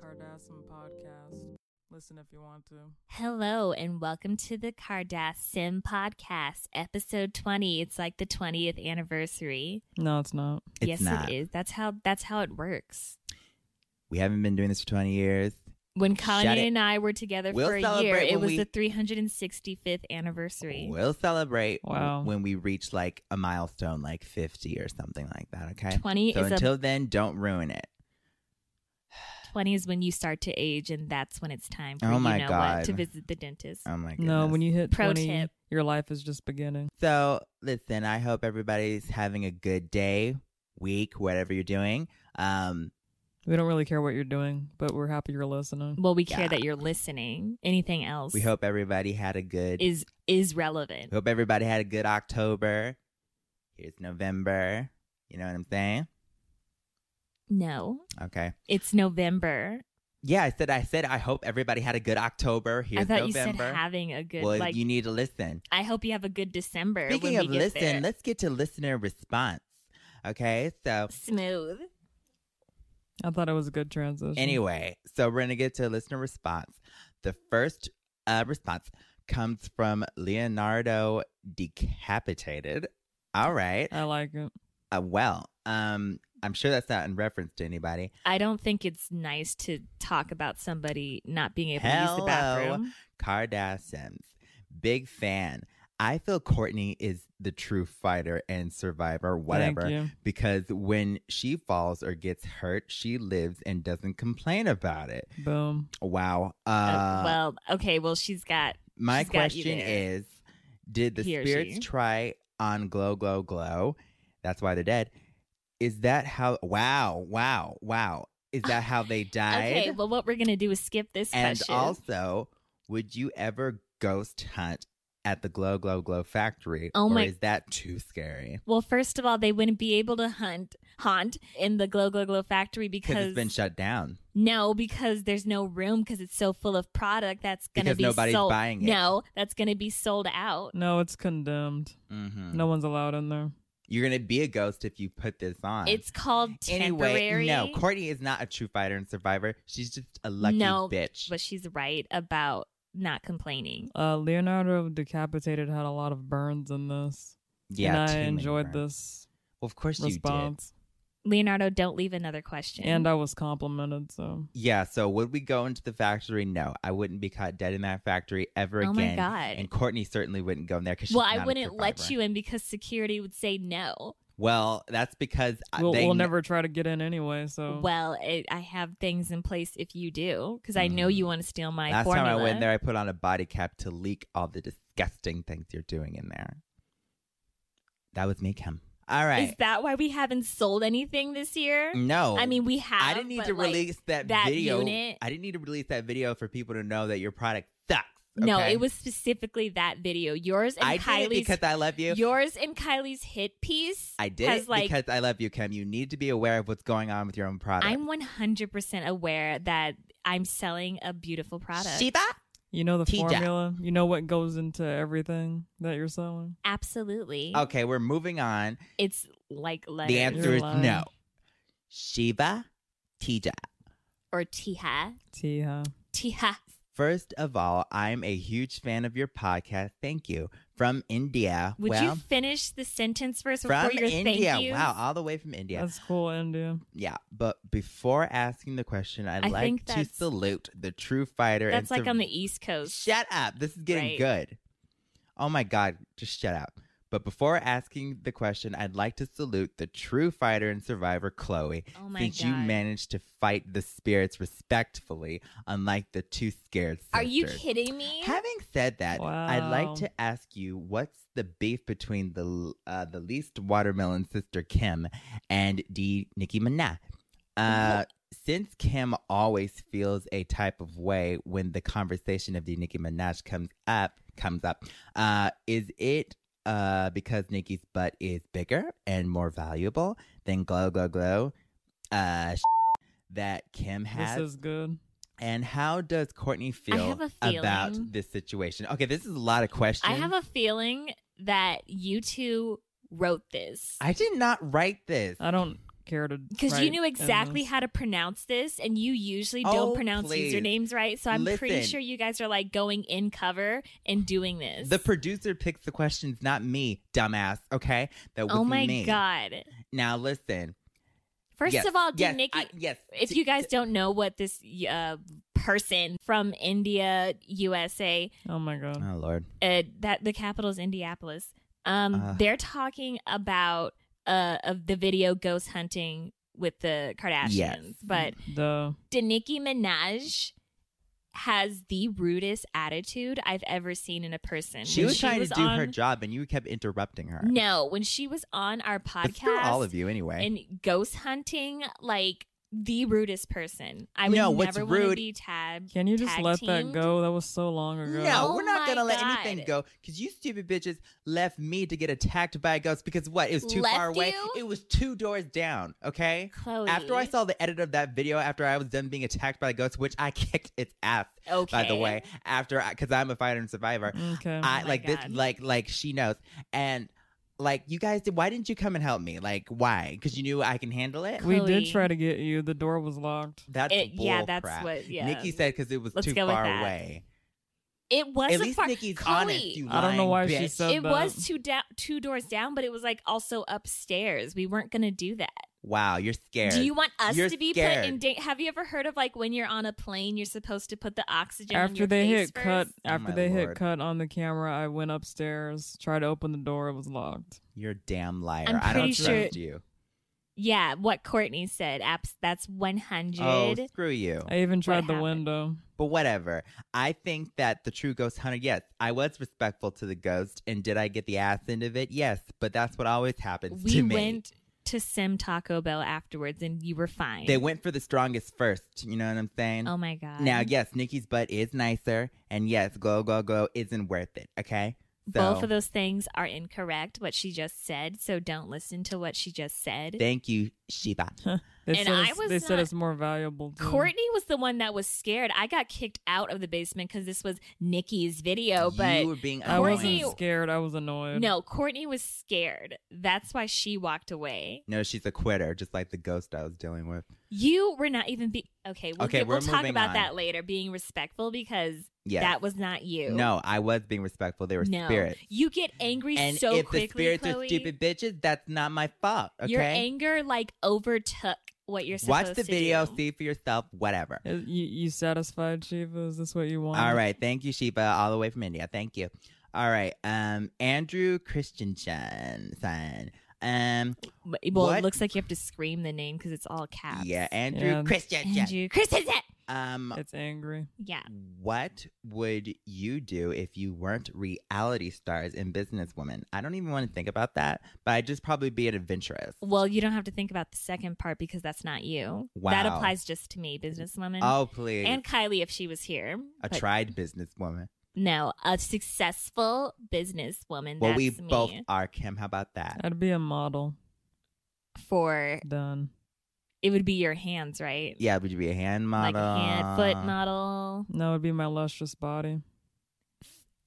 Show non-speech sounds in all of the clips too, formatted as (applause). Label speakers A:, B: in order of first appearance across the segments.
A: Cardassian podcast. Listen if you want to.
B: Hello and welcome to the Cardassian Podcast, episode 20. It's like the 20th anniversary.
A: No, it's not.
C: It's
B: yes,
C: not.
B: it is. That's how that's how it works.
C: We haven't been doing this for 20 years.
B: When
C: Shut
B: Kanye
C: it.
B: and I were together
C: We'll
B: for a year,
C: celebrate
B: it
C: when
B: was
C: we-
B: the 365th anniversary.
C: We'll celebrate w-
A: Wow.
C: when we reach like a milestone, like 50 or something like that. Okay.
B: 20
C: So
B: is a-
C: until then, don't ruin it.
B: 20 is when you start to age and that's when it's time for
C: Oh my
B: you know what
C: God.
B: to visit the dentist.
C: Oh my goodness.
A: No, when you hit
B: Pro
A: 20,
B: tip.
A: your life is just beginning.
C: So listen, I hope everybody's having a good day, week, whatever you're doing. Um,
A: We don't really care what you're doing, but we're happy you're listening.
B: Well, we care
C: Yeah.
B: that you're listening. Anything else
C: we hope everybody had a good.
B: is is relevant.
C: we hope everybody had a good October. Here's November. You know what I'm saying?
B: No,
C: Okay.
B: it's November.
C: Yeah, I said. I said. I hope everybody had a good October. Here's
B: I thought you
C: November.
B: said having a good
C: well,
B: like
C: you need to listen.
B: I hope you have a good December.
C: Speaking
B: when
C: of
B: we get
C: listen,
B: there.
C: let's get to listener response. Okay, so
B: smooth.
A: I thought it was a good
B: Mm-hmm.
A: transition.
C: anyway, so we're gonna get to listener response. The first uh, response comes from Leonardo Decapitated. All right,
A: I like it.
C: uh, well, um, I'm sure that's not in reference to anybody.
B: I don't think it's nice to talk about somebody not being able to use the
C: Hello.
B: bathroom.
C: Kardashians, big fan. I feel Courtney is the true fighter and survivor, whatever.
A: Thank you.
C: Because when she falls or gets hurt, she lives and doesn't complain about it.
A: Boom.
C: Wow. Uh,
B: Uh, well, okay, well she's got
C: my
B: she's got you
C: question
B: there.
C: is Did the
B: He or
C: spirits
B: she.
C: try on glow, glow, glow? That's why they're dead. Is that how? Wow, wow, wow. Is that how they died?
B: (sighs) Okay, well what we're going to do is skip this
C: and
B: question.
C: also, would you ever ghost hunt at the glow, glow, glow factory?
B: Oh
C: or
B: my-
C: is that too scary?
B: well, first of all, they wouldn't be able to hunt haunt in the glow glow glow factory
C: Because
B: because
C: it's been shut down.
B: No, because there's no room because it's so full of product that's going to
C: Because
B: be
C: nobody's
B: sold.
C: buying it.
B: No, that's going to be sold out.
A: No, it's condemned.
C: Mm-hmm.
A: No one's allowed in there.
C: You're going to be a ghost if you put this on.
B: It's called temporary.
C: Anyway, no, Courtney is not a true fighter and survivor. She's just a lucky
B: No,
C: bitch.
B: but she's right about not complaining.
A: Uh, Leonardo Decapitated had a lot of burns in this.
C: yeah,
A: and I
C: too many
A: enjoyed
C: burns.
A: this
C: Well, of course you
A: response.
B: Leonardo, don't leave another question.
A: And
C: uh,
A: I was complimented, so
C: did. Yeah, so would we go into the factory? No, I wouldn't be caught dead in that factory ever
B: oh my
C: again.
B: god.
C: And Courtney certainly wouldn't go in there because
B: Well, I wouldn't let you in because security would say no.
C: Well, that's because I-
A: we'll,
C: Uh, they
A: we'll
C: kn-
A: never try to get in anyway. So
B: Well, i I have things in place if you do because I know
C: Mm.
B: you want to steal my
C: Last
B: formula.
C: time I went there, I put on a body cap to leak all the disgusting things you're doing in there. That was me, Kim. All right.
B: Is that why we haven't sold anything this year?
C: no,
B: I mean, we have.
C: I didn't need
B: but,
C: to
B: like,
C: release that,
B: that
C: video.
B: unit-
C: I didn't need to release that video for people to know that your product sucks.
B: No,
C: okay?
B: it was specifically that video. Yours and
C: I did it
B: Kylie's.
C: because I love you.
B: yours and Kylie's hit piece.
C: I did
B: has,
C: it
B: like,
C: because I love you, Kim. You need to be aware of what's going on with your own product.
B: I'm 100% aware that I'm selling a beautiful product.
C: Shiba.
A: you know the
C: T-Jack.
A: formula. You know what goes into everything that you're selling.
B: Absolutely.
C: Okay, we're moving on.
B: It's like letters
C: The answer is
A: lying.
C: no. Shiba, Tija.
B: or Tiha.
A: T, huh?
B: Tiha.
C: First of all, I'm a huge fan of your podcast. Thank you. From India.
B: Would
C: well,
B: you finish the sentence first before
C: from
B: your
C: India.
B: thank you?
C: Wow, all the way from India.
A: That's cool, India.
C: yeah, but before asking the question, I'd
B: I think
C: like to
B: that's-
C: salute the true fighter. and
B: That's like
C: sur-
B: on the East Coast.
C: Shut up. This is getting
B: Right.
C: good. Oh my God, just shut up. But before asking the question, I'd like to salute the true fighter and survivor, Chloe,
B: Oh my
C: since
B: god.
C: you managed to fight the spirits respectfully, unlike the two scared sisters.
B: Are you kidding me?
C: Having said that, I'd like
A: Wow.
C: to ask you what's the beef between the l- uh, the least watermelon sister Kim and D Nicki Minaj? Uh, since Kim always feels a type of way when the conversation of the Nicki Minaj comes up, comes up, uh, is it uh, because Nicki's butt is bigger and more valuable than glow glow glow uh, (laughs) that Kim has?
A: This is good.
C: And how does Courtney feel
B: have a
C: about
B: feeling-
C: this situation? Okay, this is a lot of questions.
B: I have a feeling that you two wrote this.
C: I did not write this.
B: Uh,
A: I don't care to.
B: Because you
A: write
B: knew
A: in
B: exactly
A: this.
B: how to pronounce this, and you usually don't
C: Oh,
B: pronounce
C: please.
B: usernames right. So I'm pretty
C: Listen.
B: sure you guys are like going in cover and doing this.
C: The producer picks the questions, not me, dumbass. Okay, that was
B: oh my
C: me.
B: god!
C: Now listen.
B: First
C: Yes,
B: of all, did
C: yes,
B: Nikki?
C: I- yes.
B: if you guys don't know what this uh, person from India, USA,
A: Oh my god.
C: Oh Lord.
B: uh, that the capital is Indianapolis. Um,
C: Uh.
B: they're talking about uh of the video ghost hunting with the Kardashians, but
A: The
B: did Nicki Minaj has the rudest attitude I've ever seen in a person.
C: She
B: When
C: was trying to do her
B: on-
C: job, and you kept interrupting her.
B: No, when she was on our
C: But screw
B: podcast,
C: all of you anyway.
B: and ghost hunting, like the rudest person. I would
C: No, what's
B: never want to
C: rude-
B: be tabbed.
A: can you just
B: Tag
A: let that
B: teamed?
A: go? That was so long ago.
C: No,
B: Oh
C: we're not
B: my
C: gonna let anything
B: God.
C: go because you stupid bitches left me to get attacked by a ghost because what? It was too far
B: Left
C: away.
B: you?
C: It was two doors down. Okay.
B: Chloe.
C: After I saw the edit of that video, after I was done being attacked by a ghost, which I (laughs) kicked its ass,
B: okay. Oh
C: by the way, after because I'm a fighter and survivor.
A: Okay.
C: I
B: my
C: like
B: God.
C: this, like like she knows, and like you guys did. Why didn't you come and help me? Like why? Because you knew I can handle it.
A: we did
B: Chloe.
A: try to get you. The door was locked.
C: That's
B: It- yeah,
C: bull
B: that's
C: crap.
B: what- yeah.
C: Nikki said because it was
B: Let's
C: too
B: go with
C: far
B: that.
C: away.
B: It was
C: At
B: a
C: least
B: far-
C: Nikki's
B: Chloe,
C: honest. You
A: I don't know
C: lying
A: why she
C: bitch.
A: said
B: it
A: that.
B: was two down, two doors down, but it was like also upstairs. We weren't gonna do that.
C: Wow, you're scared.
B: Do you want us
C: You're
B: to be
C: scared.
B: put in? Da- Have you ever heard of like when you're on a plane, you're supposed to put the oxygen on
A: after
B: your
A: they
B: face
A: hit cut
B: first? Oh
A: after
C: my
A: they hit
C: lord.
A: cut on the camera i went upstairs tried to open the door it was locked
C: You're a damn liar.
B: I'm
C: I don't
B: pretty sure-
C: trust you.
B: Yeah, what Courtney said. Apps. That's one
C: Oh,
B: hundred.
C: screw you.
A: i even tried the
B: happened?
A: window
C: But whatever. I think that the true ghost hunter, yes, I was respectful to the ghost. And did I get the ass end of it? Yes. But that's what always happens
B: we
C: to me.
B: went to Sim Taco Bell afterwards, and you were fine.
C: They went for the strongest first. You know what I'm saying?
B: Oh my god.
C: now, yes, Nikki's butt is nicer. And yes, go, go, go isn't worth it. Okay? So
B: both of those things are incorrect. What she just said. So don't listen to what she just said.
C: thank you, Shiva.
A: they,
B: And
A: said,
B: I
A: it's,
B: was
A: they said
B: not-
A: it's more valuable to
B: Courtney was the one that was scared. I got kicked out of the basement because this was Nikki's video, but
C: you were being
A: i
B: Courtney-
A: wasn't
C: annoying.
A: scared i was annoyed
B: no, Courtney was scared. That's why she walked away.
C: No, she's a quitter, just like the ghost I was dealing with.
B: You were not even be okay. We'll,
C: Okay,
B: get- we'll
C: we're
B: talk
C: moving
B: about
C: on.
B: that later. Being respectful because
C: Yes.
B: that was not you.
C: No, I was being respectful. They were
B: no.
C: spirits.
B: You get angry
C: And
B: so
C: if
B: quickly,
C: the spirits
B: Chloe.
C: are stupid bitches, that's not my fault. Okay.
B: Your anger like overtook what you're supposed
C: Watch the
B: to
C: video,
B: do.
C: see for yourself, whatever.
A: Is- you, you satisfied shiva is this what you want
C: All right. Thank you, Sheba, all the way from India. Thank you. All right. Um, Andrew Christensen. son. Um,
B: But- Well, it
C: What?
B: looks like you have to scream the name because it's all caps.
C: yeah, Andrew
A: Yeah.
C: Christensen.
B: Andrew Christensen.
C: Um,
A: it's angry
B: Yeah.
C: what would you do if you weren't reality stars and businesswomen? I don't even want to think about that, but I'd just probably be an adventurous.
B: Well, you don't have to think about the second part because that's not you. That
C: Wow.
B: applies just to me, businesswoman.
C: Oh, please.
B: and Kylie if she was here.
C: a
B: But
C: tried businesswoman.
B: No, a successful businesswoman.
C: Well,
B: that's
C: we
B: me
C: both are, Kim. How about that?
A: i'd be a model
B: for
A: done
B: it would be your hands, right?
C: Yeah, would you be a hand model?
B: Like a hand, foot model.
A: that would be my lustrous body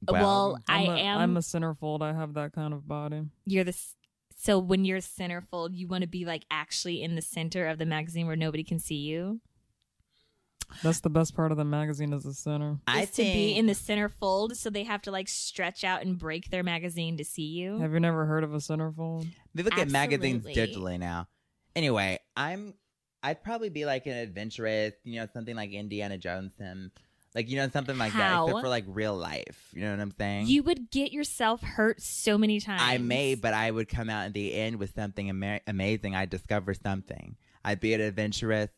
B: Well, I
A: I'm a,
B: am-
A: i'm a centerfold i have that kind of body
B: You're the s- so when you're centerfold, you want to be like actually in the center of the magazine where nobody can see you.
A: that's the best part of the magazine is the center
C: I
B: Is to be
C: think-
B: in the centerfold, so they have to like stretch out and break their magazine to see you.
A: have you never heard of a centerfold
C: They look at magazines
B: Absolutely.
C: digitally now. Anyway, I'm I'd probably be like an adventurous, you know, something like Indiana Jones and like you know something like
B: How?
C: that, except for like real life. You know what I'm saying?
B: You would get yourself hurt so many times.
C: I may, but I would come out in the end with something ama- amazing. I'd discover something. I'd be an adventurous.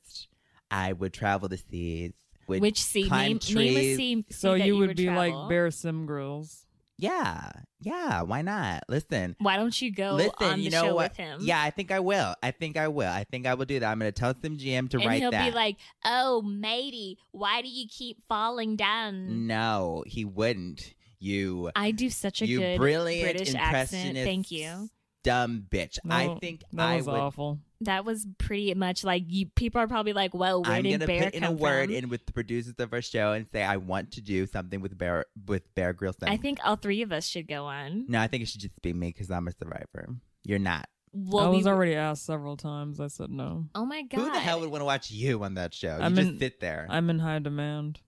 C: I would travel the seas. Would,
B: which sea
C: climb
B: name, name a
C: trees.
B: sea.
A: so
B: sea that
A: you would
B: would
A: be
B: travel.
A: like bear sim grills
C: yeah, yeah. Why not? Listen,
B: Why don't you go
C: Listen,
B: on the
C: you know
B: show
C: what?
B: with him?
C: Yeah, I think I will. I think I will. I think I will do that. I'm going to tell Sim GM to
B: and
C: write
B: he'll
C: that.
B: be like, "Oh, matey, why do you keep falling down?"
C: no, he wouldn't. You,
B: I do such a
C: you
B: good
C: brilliant
B: British
C: impressionist.
B: accent. Thank you.
C: Dumb bitch. I
A: No,
C: think
A: that
C: I
A: was
C: would.
A: awful
B: That was pretty much like you. People are probably like, "Well, where
C: I'm
B: did
C: gonna
B: Bear
C: put in a
B: come
C: word
B: from?"
C: in with the producers of our show and say I want to do something with Bear with Bear Grylls.
B: I think all three of us should go on.
C: No, I think it should just be me because I'm a survivor. You're not.
B: Well,
A: I
B: we
A: was
B: were-
A: already asked several times. I said no.
B: Oh my god!
C: Who the hell would want to watch you on that show? You
A: I'm
C: just
A: in-
C: sit there. I'm,
A: I'm in high demand.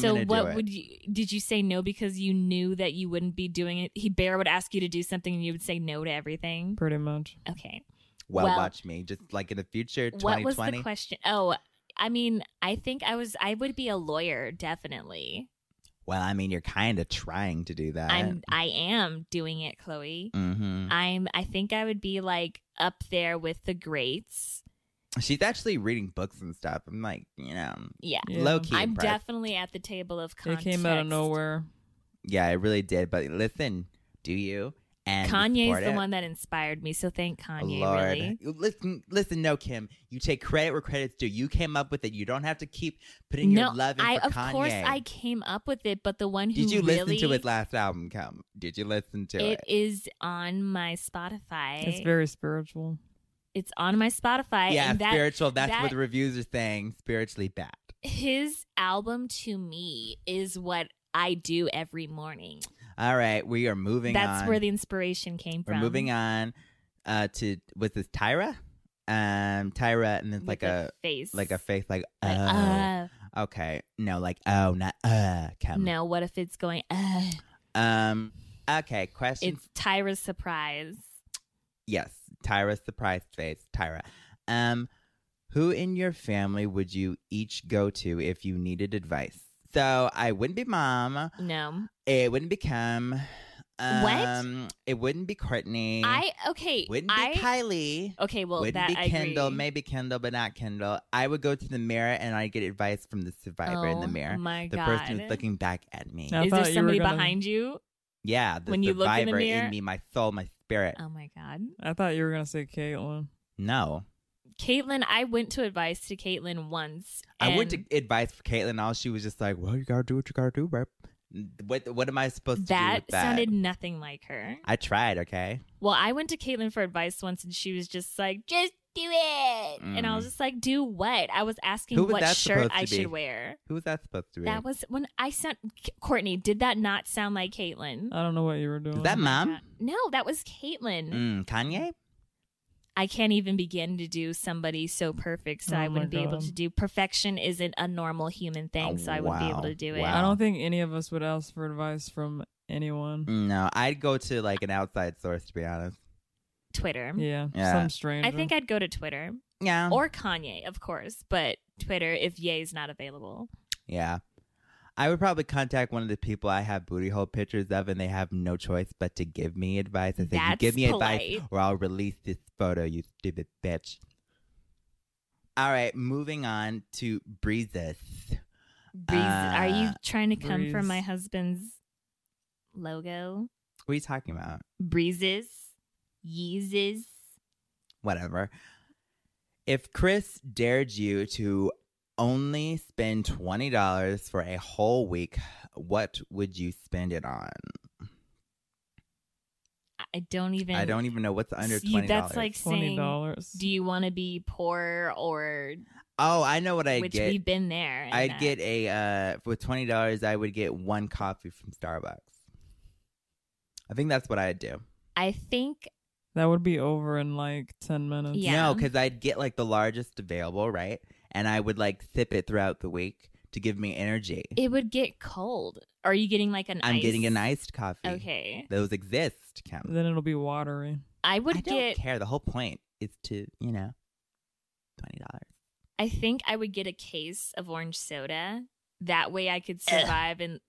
B: so
C: gonna
B: what
C: do it.
B: would you? Did you say no because you knew that you wouldn't be doing it? He bear would ask you to do something, and you would say no to everything.
A: Pretty much.
B: Okay.
C: well,
B: well-
C: watch me. Just like in the future,
B: What was the
C: 2020.
B: question? Oh, I mean, I think I was. I would be a lawyer, definitely.
C: well, I mean, you're kind of trying to do that.
B: I'm. I am doing it, Chloe.
C: hmm
B: I'm. I think I would be like up there with the greats.
C: She's actually reading books and stuff. I'm like, you know,
B: Yeah.
A: Yeah.
C: low key.
B: I'm
C: impressed.
B: definitely at the table of
A: It
B: context.
A: came out of nowhere.
C: yeah, I really did. But listen, do you? And
B: Kanye's
C: support
B: the
C: it.
B: one that inspired me, so thank Kanye.
C: Lord.
B: Really,
C: You- Listen, listen, no, Kim. You take credit where credit's due. You came up with it. You don't have to keep putting your love in
B: I
C: for
B: of
C: Kanye.
B: course I came up with it, but the one who
C: Did you
B: really
C: listen to his last album, Kim? Did you listen to it?
B: it is on my Spotify.
A: It's very spiritual.
B: It's on my Spotify.
C: yeah,
B: and that
C: spiritual. That's
B: that-
C: what the reviews are saying. Spiritually bad.
B: his album to me is what I do every morning.
C: All right, we are moving
B: That's
C: on.
B: where the inspiration came
C: We're
B: from.
C: moving on uh, to was this Tyra? Um, Tyra, and it's
B: with
C: like
B: a,
C: a
B: face,
C: like a face, like oh,
B: Like, uh,
C: okay, no, like oh, not uh, Kim.
B: no, what if it's going? Uh,
C: Um. Okay. Question
B: it's Tyra's surprise.
C: Yes, Tyra surprise face, Tyra. Um, who in your family would you each go to if you needed advice? So I wouldn't be mom.
B: No,
C: It wouldn't be Kim.
B: What?
C: Um, It wouldn't be Courtney.
B: I okay.
C: wouldn't
B: I
C: be Kylie.
B: okay. Well,
C: wouldn't
B: that I
C: be Kendall.
B: agree.
C: Maybe Kendall, but not Kendall. I would go to the mirror and I get advice from the survivor in
B: Oh
C: the mirror.
B: My
C: The
B: God.
C: person who's looking back at me.
A: Now- I
B: Is there
A: thought you were
B: somebody
A: gonna-
B: behind you?
C: Yeah, the
B: When you look in the
C: survivor
B: mirror-
C: me, my soul, my spirit.
B: Oh my God.
A: I thought you were gonna say Caitlyn.
C: No.
B: Caitlin, I went to advice to Caitlin once.
C: I went to
B: and
C: advice for Caitlin. All she was just like, "Well, you gotta do what you gotta do, bro." What What am I supposed to do
B: that
C: with that?
B: sounded nothing like her.
C: I tried. Okay.
B: Well, I went to Caitlin for advice once and she was just like, just do it. And I was just like, do what? I was
C: Mm.
B: asking
C: Who was
B: what
C: that
B: shirt
C: supposed to
B: I
C: be?
B: should wear.
C: Who was that supposed to be?
B: That was when I sound Courtney, did that not sound like Caitlin?
C: Oh,
A: I don't know what you were doing.
C: Is that mom?
B: no, that was Caitlin.
C: Mm, Kanye?
B: I can't even begin to do somebody so perfect, so
A: Oh
B: I
A: my
B: wouldn't be able
A: God.
B: to do perfection isn't a normal human thing,
C: Oh,
B: so I wouldn't be
C: wow.
B: able to do it.
C: Wow.
A: I don't think any of us would ask for advice from anyone.
C: No, I'd go to like an outside source to be honest.
B: Twitter.
A: Yeah,
C: Yeah. Um,
A: some stranger.
B: I think I'd go to Twitter
C: Yeah.
B: or Kanye, of course, but Twitter if Ye's not available.
C: yeah. I would probably contact one of the people I have booty hole pictures of, and they have no choice but to give me advice. I say, "You
B: That's
C: give me advice,
B: polite.
C: or I'll release this photo, you stupid bitch." All right, moving on to breezes.
B: Breeze, are you
C: Uh,
B: trying to come for
A: Breeze.
B: my husband's logo?
C: What are you talking about?
B: Breezes, Yeezes.
C: Whatever. If Chris dared you to only spend $20 for a whole week, what would you spend it on?
B: I- I don't even.
C: I don't even know what's under
B: You-
C: $20.
B: That's like
A: twenty
B: saying,
A: dollars.
B: do you want to be poor or
C: Oh, I know what I'd
B: which
C: get.
B: we've been there. and
C: I'd
B: that.
C: get a uh with $20 I would get one coffee from Starbucks. I think that's what I'd do.
B: I think
A: That would be over in like ten minutes.
B: Yeah.
C: No, because I'd get like the largest available, right? And I would like sip it throughout the week to give me energy.
B: it would get cold. Are you getting like an?
C: I'm
B: ice?
C: getting an iced coffee.
B: Okay,
C: Those exist, Kim.
A: Then it'll be watery.
B: I would
C: I don't
B: get.
C: care. The whole point is to, you know, twenty dollars.
B: I think I would get a case of orange soda. That way, I could survive. And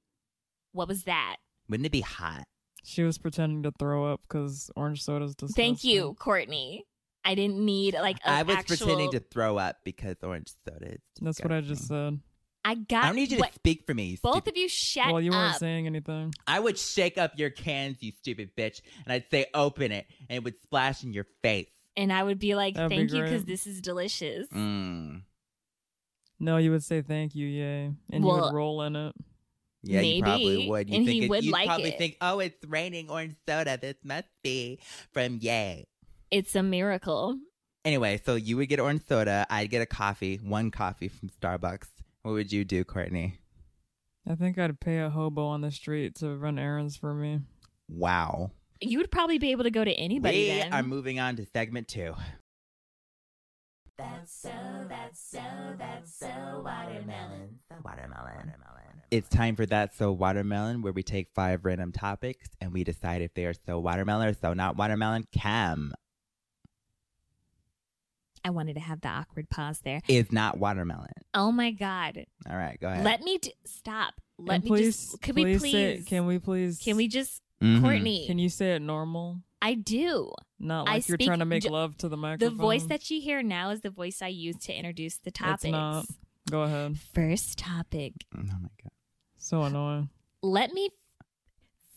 B: what was that?
C: Wouldn't it be hot?
A: She was pretending to throw up because orange soda's disgusting.
B: Thank you, Courtney. I didn't need like a
C: I was
B: actual.
C: pretending to throw up because orange soda. Is
A: That's what I just
C: disgusting.
A: said.
B: I got.
C: I don't need you
B: what,
C: to speak for me. You
B: both
C: stupid-
B: of you shut
A: well, you weren't
B: up.
A: saying anything.
C: I would shake up your cans, you stupid bitch, and I'd say, "Open it," and it would splash in your face.
B: And I would be like,
A: That'd be
B: "Thank you,
A: great.
B: because this is delicious."
C: Mm.
A: No, you would say thank you, yay, and you
B: Well-
A: would roll in it.
C: Yeah, you probably
B: Maybe,
C: would. You
B: and
C: think
B: he
C: it,
B: would
C: you'd
B: like
C: probably
B: it.
C: think, "Oh, it's raining orange soda. This must be from Yay."
B: It's a miracle.
C: Anyway, so you would get orange soda. I'd get a coffee, one coffee from Starbucks. What would you do, Courtney?
A: I think I'd pay a hobo on the street to run errands for me.
C: Wow.
B: You would probably be able to go to anybody
C: we
B: then.
C: are moving on to segment two.
B: That's so, that's so, that's so watermelon.
C: Watermelon. It's time for that so watermelon, where we take five random topics and we decide if they are so watermelon or so not watermelon. Cam
B: I wanted to have the awkward pause there.
C: is not watermelon.
B: Oh my god.
C: All right, go ahead.
B: Let me d- stop. Let
A: And
B: me
A: please,
B: just. Could we please?
A: say- can we please?
B: Can we just?
C: Mhm.
B: Courtney.
A: Can you say it normal?
B: I do.
A: Not
B: I
A: like you're
B: speak
A: trying to make
B: ju-
A: love to the microphone.
B: The voice that you hear now is the voice I use to introduce the topics.
A: not. Go ahead.
B: First topic.
C: Oh my god.
A: So annoying.
B: Let me.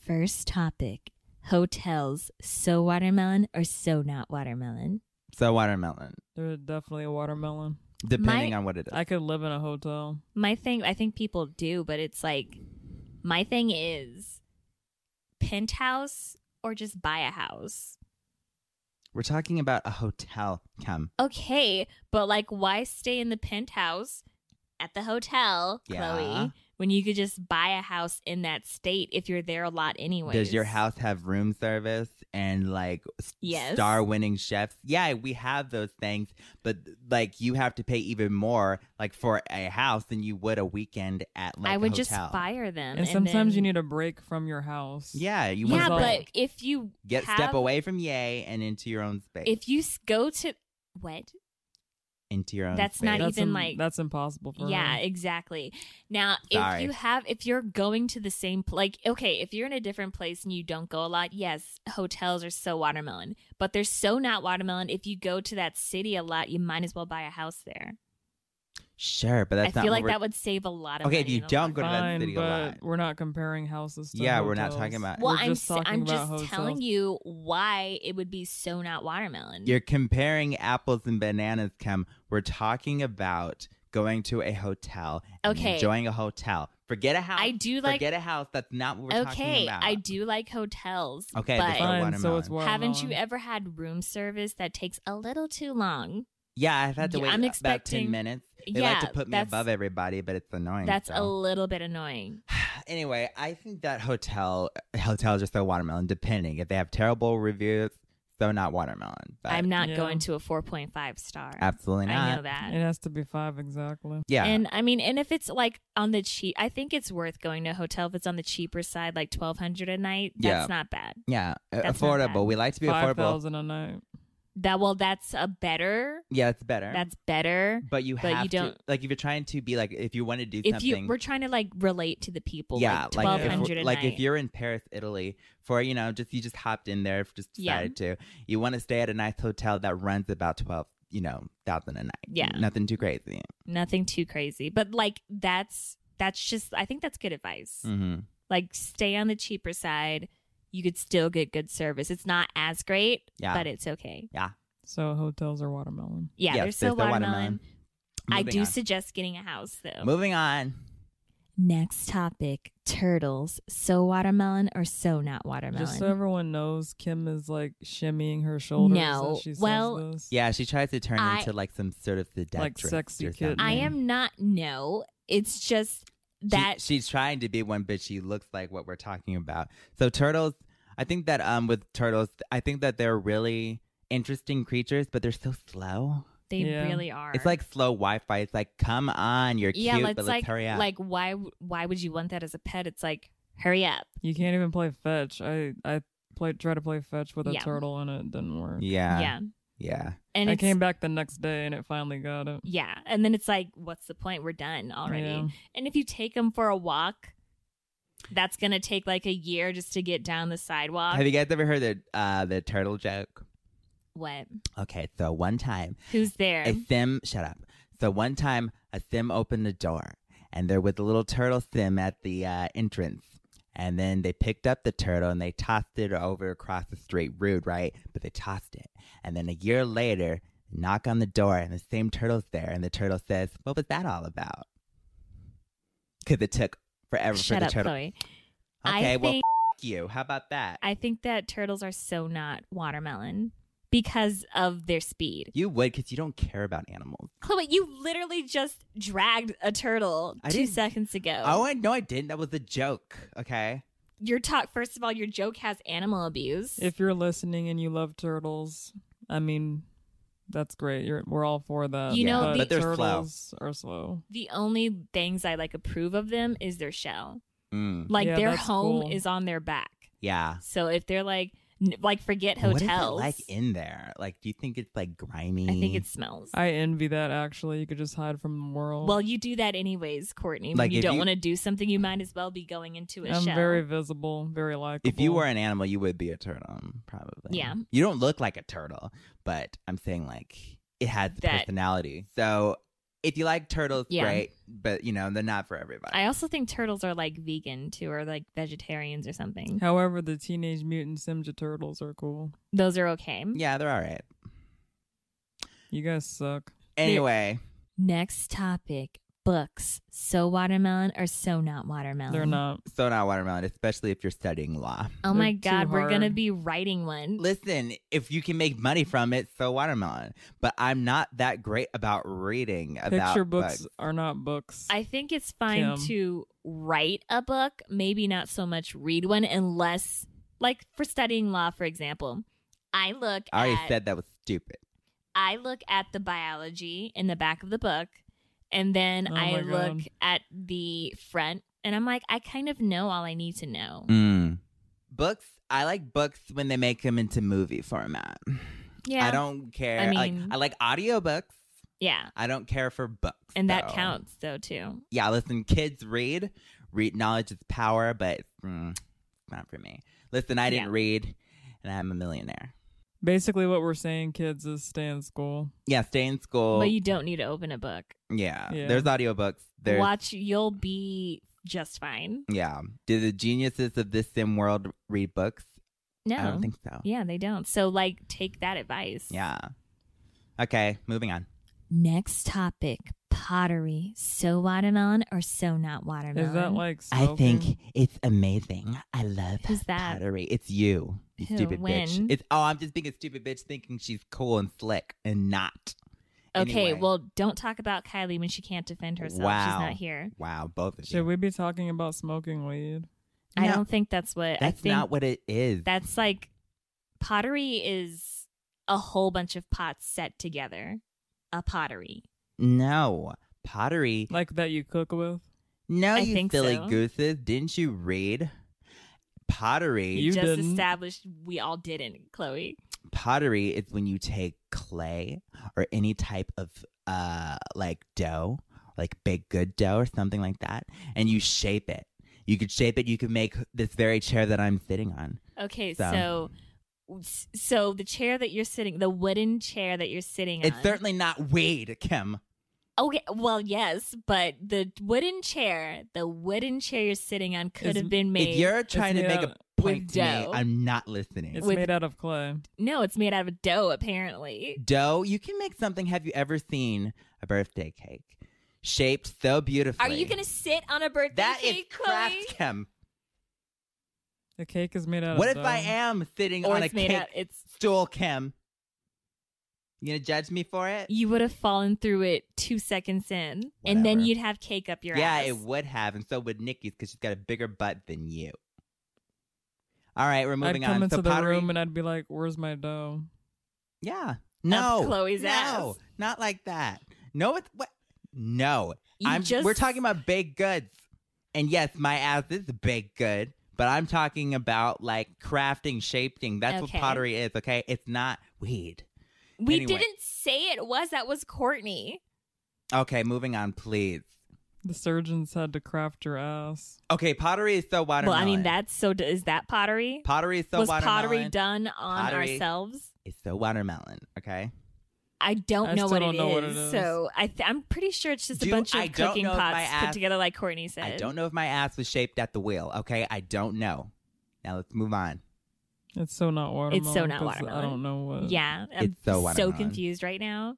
B: First topic. Hotels. So watermelon or so not watermelon?
C: So watermelon,
A: They're definitely a watermelon.
C: depending on what it is.
A: I could live in a hotel.
B: My thing. I think people do, but it's like my thing is penthouse or just buy a house.
C: We're talking about a hotel. Cam.
B: okay, but like, why stay in the penthouse at the hotel,
C: Yeah.
B: Chloe, when you could just buy a house in that state if you're there a lot anyway?
C: Does your house have room service and like s-
B: Yes.
C: star-winning chefs? Yeah, we have those things, but like you have to pay even more like for a house than you would a weekend at like
B: I
C: a
B: would just
C: hotel.
B: fire them.
A: And, sometimes you
B: then-
A: need a break from your house.
C: Yeah, you
B: yeah,
C: want
A: wanna
B: but
A: break.
B: if you
C: get
B: have,
C: step away from yay and into your own space.
B: if you s- go to what?
C: into your own
B: That's
C: space.
B: not
A: That's
B: even, like-
A: that's impossible for
B: Yeah,
A: her.
B: exactly. Now,
C: Sorry.
B: if you have, if you're going to the same, pl- like, okay, if you're in a different place and you don't go a lot, yes, hotels are so watermelon, but they're so not watermelon. If you go to that city a lot, you might as well buy a house there.
C: Sure, but that's
B: e I
C: not
B: feel
C: what
B: like
C: we're-
B: that would save a lot of
C: Okay,
B: money.
C: if you
B: in the
C: don't go
B: long
C: to that
B: run.
A: Fine,
C: city a
A: but
C: lot.
A: we're not comparing houses. To
C: Yeah, we're not
A: hotels.
C: talking about-
B: Well,
A: we're
B: I'm
A: just
B: s-
A: talking
B: I'm
A: about
B: just
A: hotels.
B: telling you why it would be so not watermelon.
C: You're comparing apples and bananas, Kim. We're talking about going to a hotel and
B: Okay.
C: enjoying a hotel. Forget a house.
B: I do like
C: Forget a house. That's not what we're talking
B: okay,
C: about.
B: I do like hotels.
C: Okay,
B: but
C: the
A: Fine, so it's
C: watermelon.
B: haven't you
A: watermelon.
B: ever had room service that takes a little too long?
C: Yeah, I've had to
B: Yeah,
C: wait
B: I'm
C: about 10
B: expecting-
C: minutes. They like to
B: Yeah,
C: put me
B: that's-
C: above everybody, but it's annoying.
B: That's a
C: so.
B: little bit annoying.
C: Anyway, I think that hotel hotels are so watermelon, depending. If they have terrible reviews, so not watermelon. But
B: I'm not
A: Yeah.
B: going to a 4.5 star.
C: Absolutely not.
B: I know that.
A: It has to be five exactly.
C: Yeah.
B: And I mean, and if it's like on the cheap, I think it's worth going to a hotel if it's on the cheaper side, like 1200 a night. That's
C: Yeah.
B: not bad.
C: yeah. uh,
B: that's not bad.
C: affordable. We like to be
A: Five
C: affordable.
A: thousand a night.
B: That well, that's a better.
C: Yeah, it's better.
B: That's better.
C: but you
B: but
C: have
B: you
C: to
B: don't-
C: like if you're trying to be like if you want to do
B: If you
C: something.
B: we're trying to like relate to the people,
C: yeah,
B: like twelve
C: if,
B: hundred a
C: like
B: night.
C: if you're in Paris, Italy, for you know, just you just hopped in there, just
B: Yeah.
C: decided to. You want to stay at a nice hotel that runs about twelve, you know, thousand a night.
B: Yeah.
C: nothing too crazy.
B: Nothing too crazy, but like that's that's just I think that's good advice.
C: Mm-hmm.
B: Like stay on the cheaper side. You could still get good service. It's not as great,
C: Yeah.
B: but it's okay.
A: So hotels are watermelon.
B: Yeah,
C: Yes,
B: they're so
C: there's the
B: watermelon.
C: watermelon.
B: I
C: Moving
B: do
C: on.
B: suggest getting a house though.
C: Moving on.
B: Next topic: turtles. So watermelon or so not watermelon?
A: Just so everyone knows, Kim is like shimmying her shoulders.
B: No.
A: as she says
B: Well,
A: this.
C: Yeah, she tries to turn
B: I-
C: into like some sort of seductress,
A: sexy
C: or
A: kitten.
C: something.
B: I am not. No, it's just
C: She-
B: that
C: she's trying to be one, but she looks like what we're talking about. So turtles, I think that um with turtles, I think that they're really interesting creatures, but they're so slow.
B: they
A: Yeah.
B: really are.
C: It's like slow Wi-Fi. It's like, come on, you're
B: yeah,
C: cute,
B: let's
C: but let's
B: like
C: hurry up.
B: like why w- why would you want that as a pet? It's like hurry up.
A: You can't even play fetch. I I played try to play fetch with a
B: Yeah.
A: turtle and it didn't work.
C: yeah, yeah,
B: yeah, and
A: I
B: it's,
A: came back the next day and it finally got it.
B: yeah, and then it's like what's the point? We're done already.
A: Yeah.
B: And if you take them for a walk, that's gonna take like a year just to get down the sidewalk.
C: Have you guys ever heard the uh, the turtle joke?
B: what?
C: Okay, so one time
B: Who's there?
C: a sim, shut up. So one time a sim opened the door, and there was a little turtle sim at the uh, entrance. And then they picked up the turtle and they tossed it over across the street. Rude, right? But they tossed it. And then a year later, knock on the door, and the same turtle's there. And the turtle says, "What was that all about?" Because it took forever
B: Shut
C: for the
B: up,
C: turtle.
B: Chloe.
C: Okay,
B: I
C: well,
B: think
C: f- you. How about that?
B: I think that turtles are so not watermelon because of their speed.
C: you would, because you don't care about animals.
B: Chloe, you literally just dragged a turtle
C: I
B: two
C: didn't-
B: seconds ago.
C: Oh, I no, I didn't. That was a joke. Okay.
B: your talk. First of all, your joke has animal abuse.
A: If you're listening and you love turtles, I mean, that's great. You're, we're all for that.
B: You know,
A: but,
B: the- But
C: they're slow.
A: turtles are slow.
B: the only things I like approve of them is their shell.
C: Mm,
B: Like
A: Yeah,
B: their
A: that's
B: home
A: cool.
B: is on their back.
C: yeah.
B: So if they're like, n- like forget
C: What is it
B: hotels.
C: like in there? Like, do you think it's like grimy?
B: I think it smells.
A: I envy that. Actually, you could just hide from the world.
B: well, you do that anyways, Courtney.
C: Like,
B: when you
C: if
B: don't
C: you-
B: want to do something, you might as well be going into a
A: I'm
B: shell.
A: very visible, very likable.
C: If you were an animal, you would be a turtle, probably.
B: Yeah.
C: You don't look like a turtle, but I'm saying like it has the
B: That-
C: personality. So if you like turtles,
B: Yeah.
C: great, but you know they're not for everybody.
B: I also think turtles are like vegan too, or like vegetarians or something.
A: However, the Teenage Mutant Ninja Turtles are cool.
B: Those are okay.
C: yeah, they're all right.
A: You guys suck.
C: Anyway,
B: Next topic books. So watermelon or so not watermelon?
A: They're not.
C: so not watermelon, especially if you're studying law.
B: Oh my
A: They're too
B: God, we're going to
A: hard.
B: be writing one.
C: Listen, if you can make money from it, so watermelon. But I'm not that great about reading about
A: Picture books
C: bugs.
A: are not books.
B: I think it's fine
A: Kim.
B: to write a book, maybe not so much read one, unless, like, for studying law, for example. I look
C: I already
B: at
C: said that was stupid.
B: I look at the biology in the back of the book, and then
A: Oh
B: I
A: my
B: look
A: God.
B: at the front, and I'm like, I kind of know all I need to know.
C: Mm. Books, I like books when they make them into movie format.
B: Yeah,
C: I don't care.
B: I
C: I like
B: mean-
C: I like audiobooks.
B: yeah,
C: I don't care for books.
B: and that
C: though.
B: counts though too.
C: Yeah, listen, kids read. Read knowledge is power, but mm, not for me. Listen, I didn't
B: Yeah.
C: read and I'm a millionaire.
A: Basically, what we're saying, kids, is stay in school.
C: Yeah, stay in school.
B: But you don't need to open a book.
C: yeah.
A: Yeah.
C: There's audiobooks. There's
B: Watch, you'll be just fine.
C: yeah. Do the geniuses of this sim world read books?
B: No,
C: I don't think so.
B: yeah, they don't. So like, take that advice.
C: Yeah. Okay, moving on.
B: Next topic: pottery. So watermelon or so not watermelon?
A: Is that like?
C: I
A: Smoking?
C: think it's amazing. I love
B: Who's that?
C: pottery. It's you, you
B: Who?
C: stupid bitch.
B: When?
C: It's oh, I'm just being a stupid bitch, thinking she's cool and slick and not.
B: okay?
C: Anyway.
B: Well, don't talk about Kylie when she can't defend herself. She's
C: Wow.
B: not here.
C: Wow, both of
A: Should
C: you.
A: we be talking about smoking weed?
B: I
C: No.
B: don't think that's what. I
C: That's
B: think
C: not what it is.
B: that's like pottery is a whole bunch of pots set together. A pottery.
C: no pottery.
A: Like that you cook with?
C: No,
B: I
C: you
B: think
C: silly
B: so.
C: gooses. Didn't you read? Pottery.
A: You
B: just
A: didn't.
B: established we all didn't, Chloe.
C: pottery is when you take clay or any type of uh like dough like baked good dough or something like that and you shape it you could shape it you could make this very chair that i'm sitting on
B: Okay,
C: So-
B: so so the chair that you're sitting, the wooden chair that you're sitting
C: it's
B: on.
C: certainly not weed kim
B: okay, well, yes, but the wooden chair, the wooden chair you're sitting on could
A: Is-
B: have been made.
C: if you're trying to
A: made
C: make
A: out
C: a point
B: with
C: to me
B: dough.
C: i'm not listening
A: It's
B: With-
A: made out of clay.
B: no, it's made out of dough. Apparently,
C: dough you can make something have you ever seen a birthday cake shaped so beautifully
B: are you going to sit on a birthday
C: that is
B: cake,
C: craft
B: Chloe?
C: kim
A: The cake is made out
C: what
A: of
C: if
A: dough.
C: i am sitting
B: Or
C: on a
B: Oh, it's made
C: cake
B: out. It's
C: Stool Kim. You gonna judge me for it?
B: you would have fallen through it two seconds in, and then
C: Whatever.
B: you'd have cake up your
C: yeah,
B: ass.
C: it would have, and so would Nikki's because she's got a bigger butt than you. All right, we're moving
A: I'd come
C: on.
A: into
C: so
A: the
C: pottery,
A: room and I'd be like, "Where's my dough?"
C: yeah, no,
B: Chloe's
C: no,
B: ass.
C: not like that. No, it's what? No,
B: You
C: I'm.
B: just-
C: We're talking about baked goods, and yes, my ass is baked good, but I'm talking about like crafting, shaping. That's
B: Okay.
C: what pottery is. Okay, it's not weed.
B: We
C: anyway.
B: didn't say it was. That was Courtney.
C: Okay, moving on, please.
A: The surgeons had to craft your ass.
C: Okay, pottery is so
B: well,
C: watermelon.
B: I mean, that's so. Is that pottery?
C: Pottery is so
B: was
C: watermelon.
B: pottery done on
C: Pottery.
B: ourselves?
C: It's so watermelon. Okay.
B: I don't
A: I
B: know,
A: still
B: what,
A: don't
B: it
A: know
B: is,
A: what it is.
B: So I th- I'm pretty sure it's just a
C: Dude,
B: bunch of
C: I don't
B: cooking
C: know if
B: pots
C: my
B: put
C: ass-
B: together, like Courtney said.
C: I don't know if my ass was shaped at the wheel. Okay. I don't know. Now let's move on.
A: It's so not watermelon.
B: It's so not
A: 'cause I
B: watermelon.
A: don't know what.
B: Yeah, I'm
C: It's so watermelon.
B: confused right now.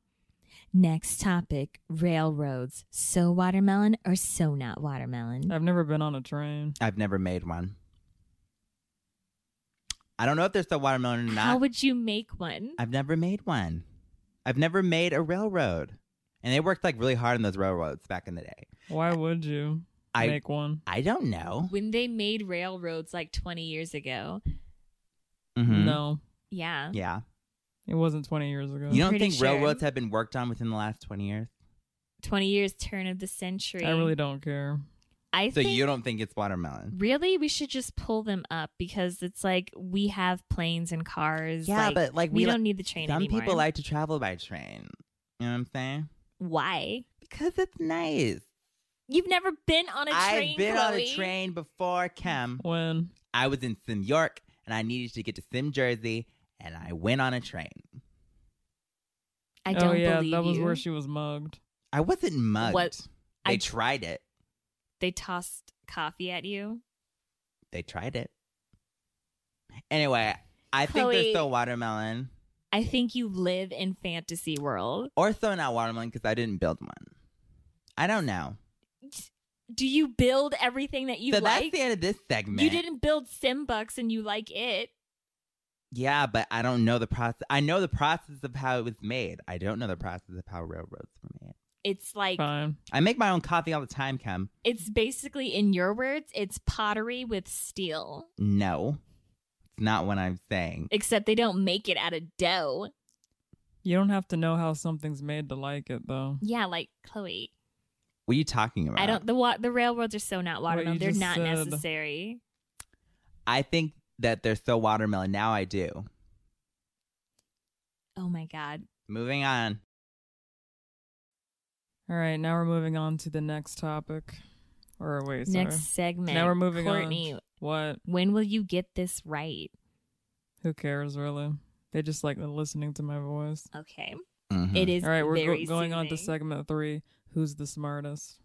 B: Next topic: railroads. So watermelon or so not watermelon?
A: I've never been on a train.
C: I've never made one. I don't know if there's so watermelon or
B: How
C: not.
B: would you make one?
C: I've never made one. I've never made a railroad. And they worked like really hard on those railroads back in the day.
A: Why would you?
C: I
A: make one.
C: I don't know.
B: When they made railroads like 20 years ago.
C: Mhm.
A: No,
B: Yeah.
C: Yeah.
A: it wasn't 20 years ago.
C: You don't
B: pretty
C: think
B: sure.
C: railroads have been worked on within the last 20 years?
B: 20 years turn of the century.
A: I really don't care.
B: I
C: So
B: think
C: you don't think it's watermelon?
B: really we should just pull them up because it's like we have planes and cars.
C: Yeah,
B: like,
C: but like
B: we,
C: we,
B: don't need the train
C: some
B: anymore.
C: people like to travel by train. You know what I'm saying?
B: why?
C: Because it's nice.
B: You've never been on a train.
C: I've been on a
B: Chloe.
C: train before, Kim.
A: When
C: I was in Sim York and I needed to get to Sim Jersey and I went on a train.
B: I don't
A: oh yeah,
B: believe
A: that was
B: you.
A: where she was mugged.
C: I wasn't mugged.
B: What-
C: They
B: I-
C: tried it.
B: they tossed coffee at you.
C: They tried it. Anyway, I think
B: Chloe-
C: they're so watermelon.
B: I think you live in fantasy world.
C: Or so not watermelon because I didn't build one. I don't know.
B: Do you build everything that you
C: so
B: like?
C: that's the end of this segment.
B: You didn't build Simbucks and you like it.
C: Yeah, but I don't know the process. I know the process of how it was made. I don't know the process of how railroads were made.
B: It's like
A: Fine.
C: I make my own coffee all the time, Kim.
B: it's basically in your words, it's pottery with steel.
C: No, it's not what I'm saying.
B: Except they don't make it out of dough.
A: You don't have to know how something's made to like it though.
B: Yeah, like Chloe.
C: What are you talking about?
B: I don't the wa- the railroads are so not watermelon.
A: you
B: They're
A: just
B: not
A: said.
B: necessary.
C: I think that they're so watermelon. Now I do.
B: Oh my god.
C: Moving on.
A: All right, now we're moving on to the next topic. Or wait, sorry.
B: Next segment.
A: now we're moving
B: Courtney,
A: on. What?
B: when will you get this right?
A: Who cares really? They just like listening to my voice.
B: Okay.
C: Mhm.
B: It is
A: All right, we're go-
B: very
A: going on to
B: soothing.
A: segment three. Who's the smartest?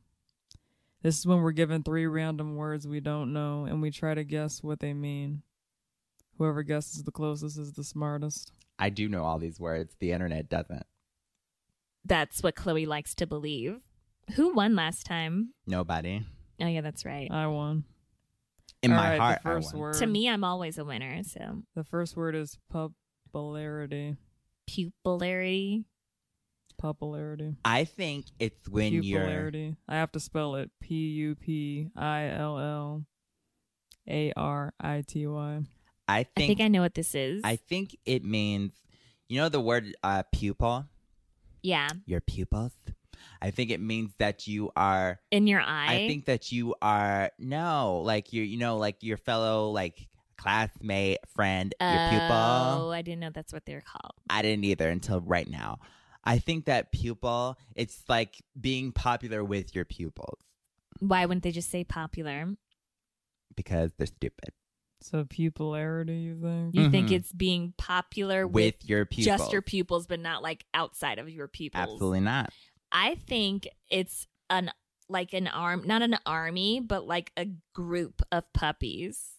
A: This is when we're given three random words we don't know and we try to guess what they mean. Whoever guesses the closest is the smartest.
C: I do know all these words. The internet doesn't.
B: That's what Chloe likes to believe. Who won last time?
C: Nobody.
B: Oh yeah, that's right.
A: I won.
C: In
A: All
C: my
A: right,
C: heart,
A: the first
C: I won.
A: word.
B: to me, I'm always a winner. So
A: the first word is popularity.
B: pupillarity.
A: Popularity.
C: I think it's when you're.
A: Popularity. I have to spell it. P U P I L L A R I T Y.
C: I
B: I
C: think.
B: think I know what this is.
C: I think it means. You know the word uh, pupil.
B: yeah,
C: Your pupils. I think it means that you are.
B: in your eye.
C: I, think that you are no, like you, you know, like your fellow, like classmate, friend, your pupil.
B: Oh, I didn't know that's what they're called.
C: I didn't either until right now. I think that pupil, it's like being popular with your pupils
B: Why wouldn't they just say popular?
C: because they're stupid.
A: So popularity, you think?
B: You think
C: Mhm.
B: it's being popular with,
C: With your pupils.
B: just your pupils, but not like outside of your pupils.
C: Absolutely not.
B: I think it's an like an arm, not an army, but like a group of puppies.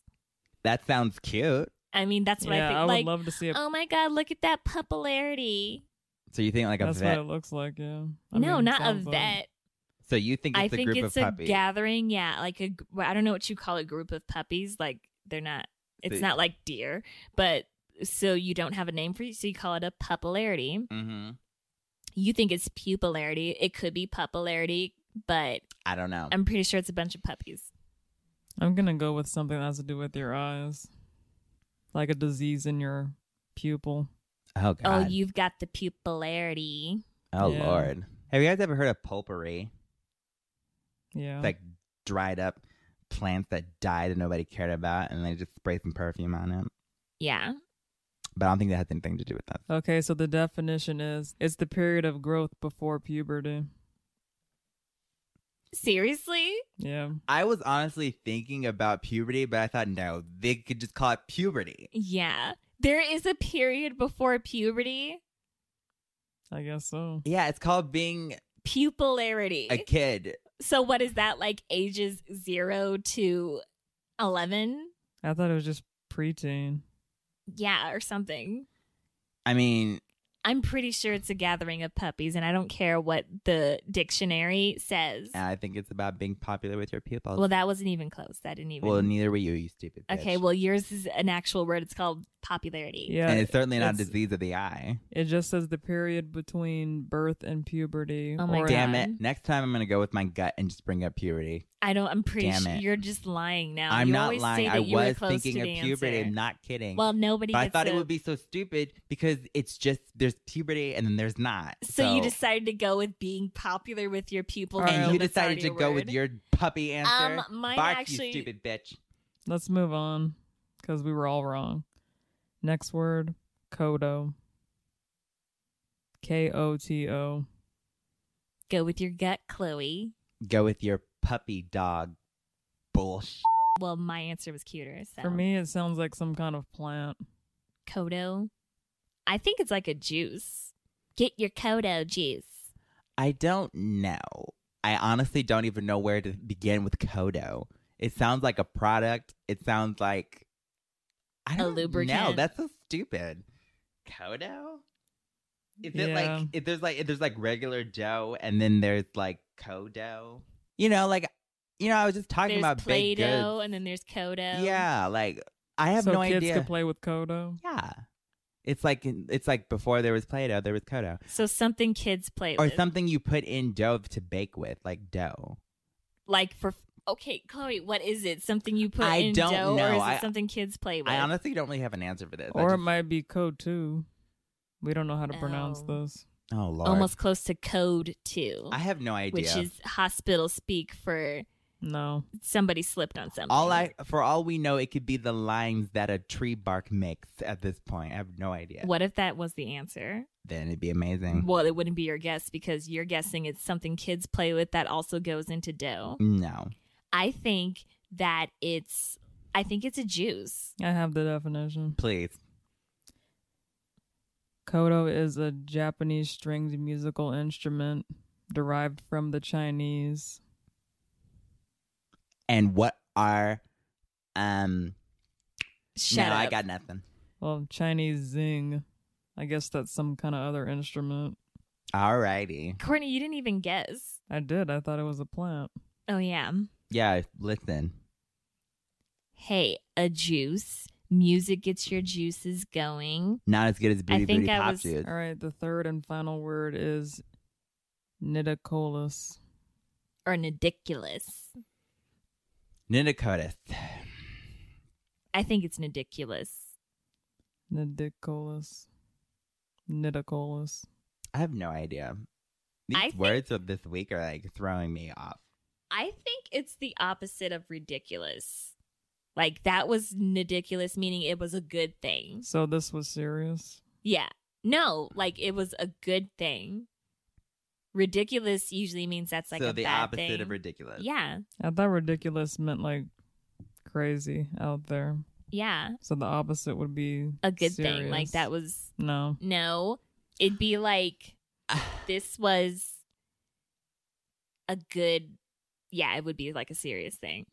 C: That sounds cute.
B: I mean, that's what I
A: yeah,
B: think.
A: would
B: like,
A: love to see it.
B: oh my god, look at that popularity.
C: So you think like
A: That's
C: a
A: what
C: vet.
A: it looks like, yeah. I
B: no,
A: mean,
B: not a
A: sounds like-
B: vet.
C: So you think it's
B: I
C: a
B: think
C: group
B: it's
C: of
B: a
C: puppies.
B: gathering. Yeah, like a. gr- I don't know what you call a group of puppies. Like they're not. It's
C: They-
B: not like deer, but so you don't have a name for it, so you call it a pupillarity.
C: mm-hmm.
B: You think it's pupillarity. It could be pupillarity, but
C: I don't know.
B: I'm pretty sure it's a bunch of puppies.
A: I'm gonna go with something that has to do with your eyes, like a disease in your pupil.
C: oh God.
B: Oh, you've got the pupillarity.
C: oh
A: Yeah.
C: Lord. Have you guys ever heard of pulpery?
A: Yeah,
C: It's like dried up plants that died and nobody cared about and they just spray some perfume on it.
B: Yeah,
C: But I don't think that has anything to do with that.
A: Okay, so the definition is it's the period of growth before puberty.
B: seriously.
A: Yeah.
C: I was honestly thinking about puberty, but I thought no, they could just call it puberty.
B: Yeah, there is a period before puberty.
A: I guess so.
C: Yeah, it's called being
B: Pupillarity.
C: a kid.
B: So what is that like ages 0 to 11?
A: I thought it was just preteen.
B: Yeah, or something.
C: I mean,
B: I'm pretty sure it's a gathering of puppies, and I don't care what the dictionary says.
C: I think it's about being popular with your pupils.
B: well, that wasn't even close. That didn't even.
C: Well, neither were you, you stupid. Bitch.
B: okay, well, yours is an actual word. It's called popularity.
A: Yeah,
C: and it's certainly not a
A: it's-
C: disease of the eye.
A: It just says the period between birth and puberty.
B: Oh my
A: or-
B: Right.
C: Damn
B: Yeah.
C: it! Next time I'm gonna go with my gut and just bring up puberty.
B: I don't. I'm pretty
C: Damn
B: sure
C: it.
B: you're just lying now.
C: I'm
B: You
C: not
B: always Say
C: lying.
B: that
C: I
B: you were
C: was
B: close
C: thinking
B: to
C: of
B: the
C: puberty.
B: answer.
C: I'm not kidding.
B: Well, nobody.
C: but I
B: gets
C: thought it
B: a-
C: would be so stupid because it's just there's puberty and then there's not.
B: So, you decided to go with being popular with your pupils.
A: Alright.
C: and
B: even
C: you
B: though it's
C: decided to
B: already a
C: go with
B: word.
C: your puppy answer.
B: Um, mine
C: Bark,
B: actually.
C: you stupid bitch.
A: Let's move on because we were all wrong. Next word, kodo. K O T O.
B: Go with your gut, Chloe.
C: Go with your puppy dog. Bullshit.
B: Well, my answer was cuter. So.
A: For me, it sounds like some kind of plant.
B: Kodo. I think it's like a juice. Get your Kodo juice.
C: I don't know. I honestly don't even know where to begin with Kodo. It sounds like a product. It sounds like I don't know.
B: lubricant.
C: That's so stupid. Kodo? Is it
A: Yeah.
C: like if there's like if there's like regular dough and then there's like Kodo? You know, like you know, I was just talking
B: There's
C: about
B: Play
C: baked
B: Doh
C: goods.
B: and then there's Kodo.
C: Yeah, like I have
A: so
C: no
A: kids
C: idea.
A: could play with kodo.
C: yeah. It's like it's like before there was Play-Doh, there was Kodo.
B: So something kids play
C: or
B: with.
C: something you put in dough to bake with, like dough.
B: like for okay, Chloe, what is it? Something you put
C: I
B: in
C: don't
B: dough, or
C: know.
B: is it
C: I-
B: something kids play with?
C: I honestly don't really have an answer for this. I
A: Or it
C: just-
A: might be kotu. We don't know how to pronounce
B: Oh.
A: this.
C: oh lord,
B: Almost close to code two,
C: I have no idea.
B: which is hospital speak for
A: No.
B: somebody slipped on something.
C: all I, for all we know, it could be the lines that a tree bark makes. At this point, I have no idea.
B: What if that was the answer?
C: Then it'd be amazing.
B: Well, it wouldn't be your guess because you're guessing it's something kids play with that also goes into dough.
C: No,
B: I think that it's I think it's a juice.
A: I have the definition.
C: please.
A: Kodo is a Japanese stringed musical instrument derived from the Chinese.
C: And what are, um?
B: Shut
C: no,
B: up.
C: I got nothing.
A: Well, Chinese zing. I guess that's some kind of other instrument.
C: Alrighty.
B: Courtney, you didn't even guess.
A: I did. I thought it was a plant.
B: Oh yeah.
C: Yeah, listen.
B: Hey, a juice. Music gets your juices going.
C: Not as good as Booty
B: think
C: Booty
B: I
C: Pop
B: was- er
C: Dudes.
A: All right. The third and final word is nidicolous.
B: Or nidiculous.
C: Nidakotis.
B: I think it's nidiculous.
A: Nidicolous. Nidicolous.
C: I have no idea. These
B: I think-
C: words of this week are like throwing me off.
B: I think it's the opposite of ridiculous. Like that was nidiculous, meaning it was a good thing.
A: So this was serious.
B: Yeah. No, like it was a good thing. Ridiculous usually means that's like
C: so
B: a
C: the
B: bad
C: opposite
B: thing.
C: of ridiculous.
B: Yeah.
A: I thought ridiculous meant like crazy out there.
B: Yeah.
A: So the opposite would be
B: A good thing. Like
A: serious.
B: that was
A: No.
B: no. It'd be like
C: (sighs)
B: this was a good yeah, it would be like a serious thing.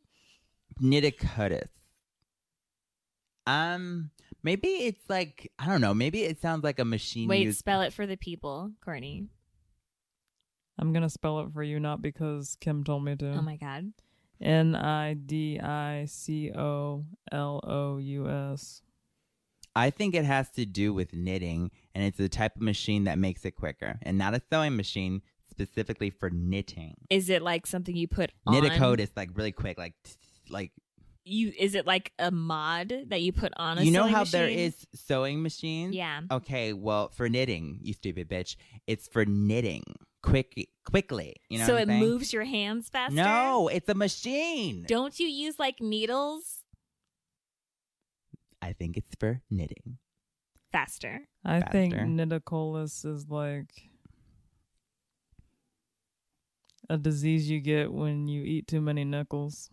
C: Nidakotis. Um, maybe it's like I don't know. Maybe it sounds like a machine.
B: Wait,
C: used-
B: spell it for the people, Courtney.
A: I'm gonna spell it for you, not because Kim told me to.
B: Oh my god.
A: N I D I C O L O U S.
C: I think it has to do with knitting, and it's the type of machine that makes it quicker, and not a sewing machine specifically for knitting.
B: Is it like something you put on
C: Nidakotis, like really quick, like t- t- like
B: You is it like a mod that you put on a
C: you know
B: sewing
C: how there
B: machine?
C: is sewing machines.
B: Yeah.
C: Okay, well, for knitting, you stupid bitch, it's for knitting quick, quickly. You know.
B: so
C: what
B: it
C: I'm saying?
B: moves your hands faster?
C: No, it's a machine.
B: Don't you use like needles
C: I think it's for knitting.
B: faster?
A: I think
C: Faster.
A: nidicolous is like a disease you get when you eat too many nickels.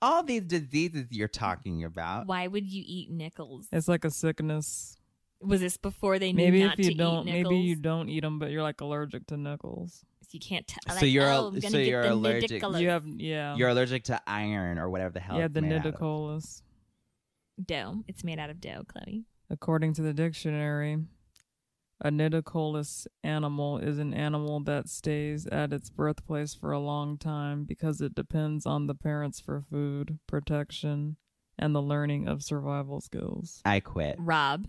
C: All these diseases you're talking about.
B: Why would you eat nickels?
A: It's like a sickness.
B: Was this before they knew
A: Maybe
B: not
A: if you
B: to
A: don't,
B: eat nickels?
A: maybe you don't eat them, but you're like allergic to nickels.
B: You can't tell.
C: So
B: like,
C: you're
B: oh,
C: al-
B: I'm gonna
C: so
B: get
C: you're
B: the
C: allergic.
B: nidicolous
A: You have, yeah,
C: You're allergic to iron or whatever the hell.
A: you have
C: it's
A: the
C: made out of.
A: nidicolous.
B: dough. It's made out of dough, Chloe.
A: According to the dictionary, A nidicolous animal is an animal that stays at its birthplace for a long time because it depends on the parents for food, protection, and the learning of survival skills.
C: I quit.
B: Rob.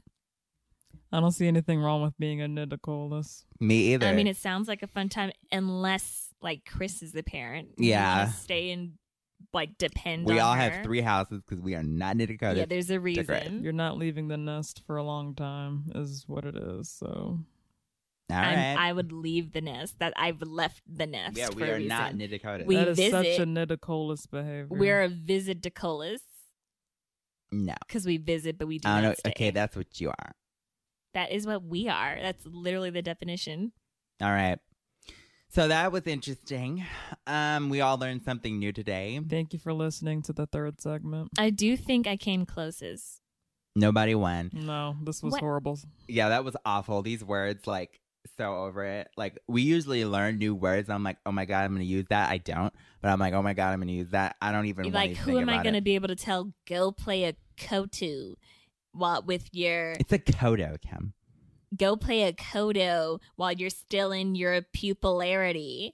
A: I don't see anything wrong with being a nidicolous.
B: Mm-hmm.
C: Me either.
B: I mean, it sounds like a fun time, unless like Chris is the parent. You
C: Yeah.
B: wanna stay and like depend.
C: we
B: on
C: all
B: her.
C: have three houses because we are not knitted
B: Yeah,
C: coated.
B: there's a
C: Decorate.
B: reason.
A: You're not leaving the nest for a long time, is what it is. So
C: all
B: I'm-
C: right.
B: I would leave the nest. That I've left the nest.
C: yeah, we
B: for a
C: are not
B: reason.
C: knitted coated.
B: We
A: that is such
B: visit-
A: a nidicolous behavior.
B: We're a visit to Colas
C: no.
B: because we visit, but we do
C: I don't know.
B: not stay.
C: Okay, that's what you are.
B: that is what we are. That's literally the definition.
C: All right. So that was interesting. Um, we all learned something new today.
A: Thank you for listening to the third segment.
B: I do think I came closest.
C: Nobody won.
A: No, this was
B: What?
A: horrible.
C: Yeah, that was awful. These words, like, so over it. Like, we usually learn new words. I'm like, oh my God, I'm going to use that. I don't. But I'm like, oh my God, I'm going to use that. I don't even
B: like,
C: want to
B: who am I
C: going
B: to be able to tell? Go play a kotu, while with
C: (laughs)
B: your
C: It's a kodo, Kim.
B: go play a kodo while you're still in your pupillarity.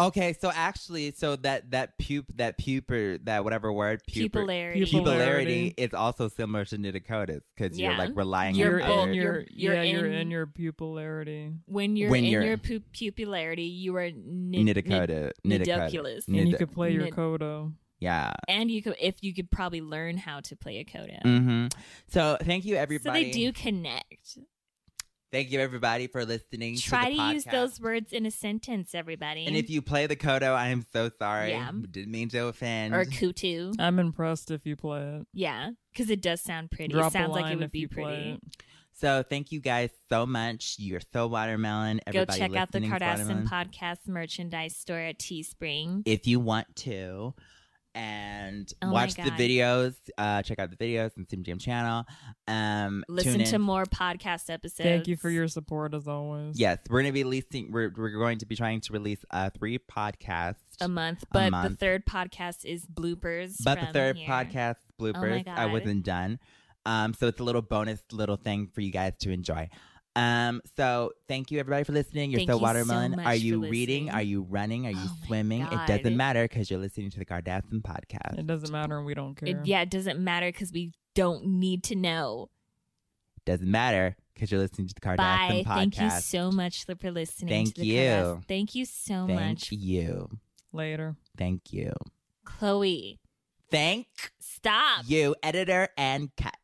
C: Okay, so actually, so that that pup that puper that whatever word puper
B: Pupillarity.
A: Pupil-
C: pupillarity is also similar to niticotis because you're
B: Yeah.
C: like relying
B: You're
A: You're
C: on
B: both-
A: in
C: other.
B: you're-
A: your yeah, you're
B: in-
A: in your pupillarity.
B: when you're
C: When
B: in
C: you're-
B: your pu- pupillarity, you are nid- nid-
C: Niticotis. Niticotis.
B: nidiculous.
A: And you
C: Nid-
A: could play your
B: nid-
A: kodo.
C: Yeah.
B: and you could if you could probably learn how to play a coda.
C: hmm So thank you everybody.
B: So they do connect.
C: Thank you everybody for listening. to,
B: Try to,
C: the
B: use
C: podcast.
B: those words in a sentence, everybody.
C: And if you play the Kodo, I am so sorry.
B: Yeah.
C: Didn't mean to offend.
B: or kutu,
A: I'm impressed if you play it.
B: yeah, because it does sound pretty. it
A: Drop
B: sounds
A: a line
B: like it would
A: if
B: be
A: you play
B: pretty.
A: it.
C: so thank you guys so much. You're so watermelon.
B: Go
C: Everybody
B: check out the
C: listening is
B: Kardashian
C: watermelon.
B: podcast merchandise store at Teespring.
C: if you want to. And
B: Oh my
C: watch the
B: God.
C: videos. Uh, check out the videos on Sim Jam channel. Um,
B: Listen
C: tune
B: to
C: in.
B: more podcast episodes.
A: Thank you for your support as always.
C: Yes, we're gonna be releasing. We're, we're going to be trying to release uh, three podcasts.
B: a month, but the
C: month.
B: third podcast is bloopers.
C: But the
B: from
C: third
B: here. Oh
C: podcast bloopers, I
B: God.
C: wasn't done. Um, so it's a little bonus little thing for you guys to enjoy. Um, so thank you everybody for listening. You're
B: Thank
C: so
B: you so
C: watermelon.
B: much
C: are
B: for
C: you reading?
B: listening.
C: Are you running? Are you
B: Oh my
C: swimming? It
B: God.
C: doesn't matter because you're listening to the Kardashian podcast.
A: It doesn't matter and we don't care.
B: It, yeah, it doesn't matter because we don't need to know.
C: doesn't matter because you're listening to the Kardashian
B: Bye.
C: podcast.
B: Thank you so much for listening.
C: Thank
B: to the
C: you.
B: Kardashians. Thank you so
C: Thank
B: much,
C: you.
A: Later.
C: Thank you.
B: Chloe.
C: Thank
B: Stop.
C: you, editor and cut.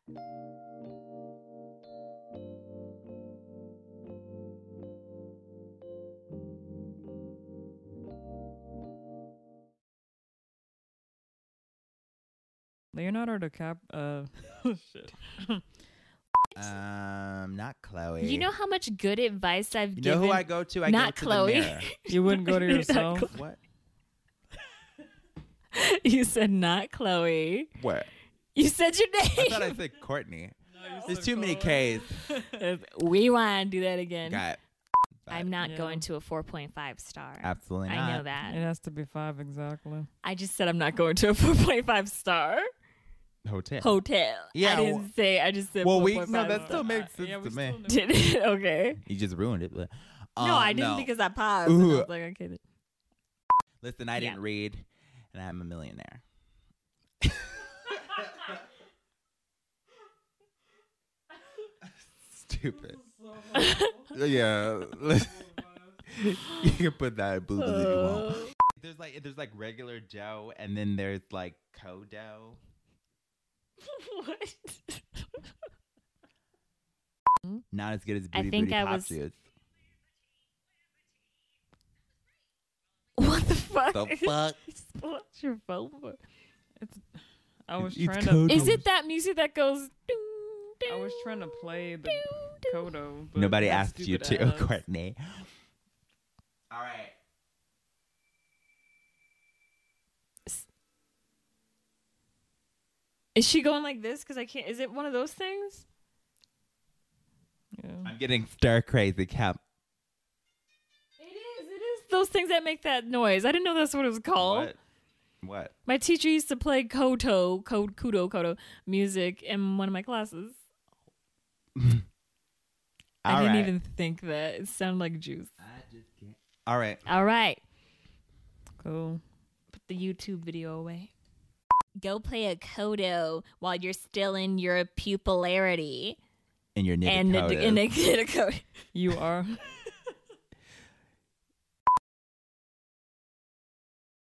A: Leonardo DiCap
B: (laughs)
A: uh shit.
C: Um, not Chloe.
B: You know how much good advice I've
C: You know
B: given.
C: who I go to? I
B: Not
C: go to
B: Chloe.
C: The
B: (laughs)
C: mirror.
A: You wouldn't go to yourself.
C: what?
B: (laughs) you said not Chloe.
C: What?
B: You said your
C: I
B: name.
C: thought
B: (laughs)
C: I said Courtney. There's
A: said
C: too many
A: Chloe.
C: K's.
B: (laughs) we want to do that again.
C: Got it.
B: I'm not
A: Yeah.
B: going to a 4.5 star.
C: absolutely not.
B: I know that.
A: It has to be five exactly.
B: I just said I'm not going to a (laughs) 4.5 star
C: Hotel.
B: hotel.
C: Yeah,
B: I
C: well-
B: didn't say. I just said.
C: Well, we-
B: 4.5
C: no, that
B: star.
C: still makes sense
A: yeah, we
C: to me.
A: still
B: (laughs)
A: know.
B: Did it? Okay.
C: you just ruined it. But, um,
B: no, I didn't because I paused. and I
C: Ooh.
B: was like, okay. then.
C: Listen, I
B: Yeah.
C: didn't read, and I'm a
A: (laughs)
C: millionaire. Stupid.
A: (laughs)
C: yeah. you can put that in blue if you want.
B: Uh.
C: There's like there's like regular dough, and then there's like co dough.
B: (laughs) what?
C: Not as good as
B: I
C: booty
B: think
C: booty
B: I
C: pop
B: was-
C: juice.
B: What the fuck?
C: The
B: (laughs)
C: fuck?
B: What's your phone for?
A: I was
C: It's
A: trying to
C: code.
B: Is it that music that goes? Ding, ding,
A: I was trying to play the
B: ding, ding?
A: Kodo. But
C: Nobody
A: that's
C: asked you to,
A: stupid
C: (laughs)
A: ass.
C: Courtney. All right.
B: Is she going like this? Because I can't. Is it one of those things?
A: Yeah.
C: I'm getting stir crazy, Cap.
B: It is. It is those things that make that noise. I didn't know that's what it was called.
C: What? What?
B: My teacher used to play koto, code kudo koto music in one of my classes.
C: All
B: I didn't
C: right.
B: even think that. It sounded like juice.
C: I just can't. All right.
B: All right.
A: Cool.
B: Put the YouTube video away. Go play a kodo while you're still in your pupillarity.
C: In your knitted
B: And
C: coat
B: the,
C: is-
B: (laughs) and the, and the kodo.
A: You are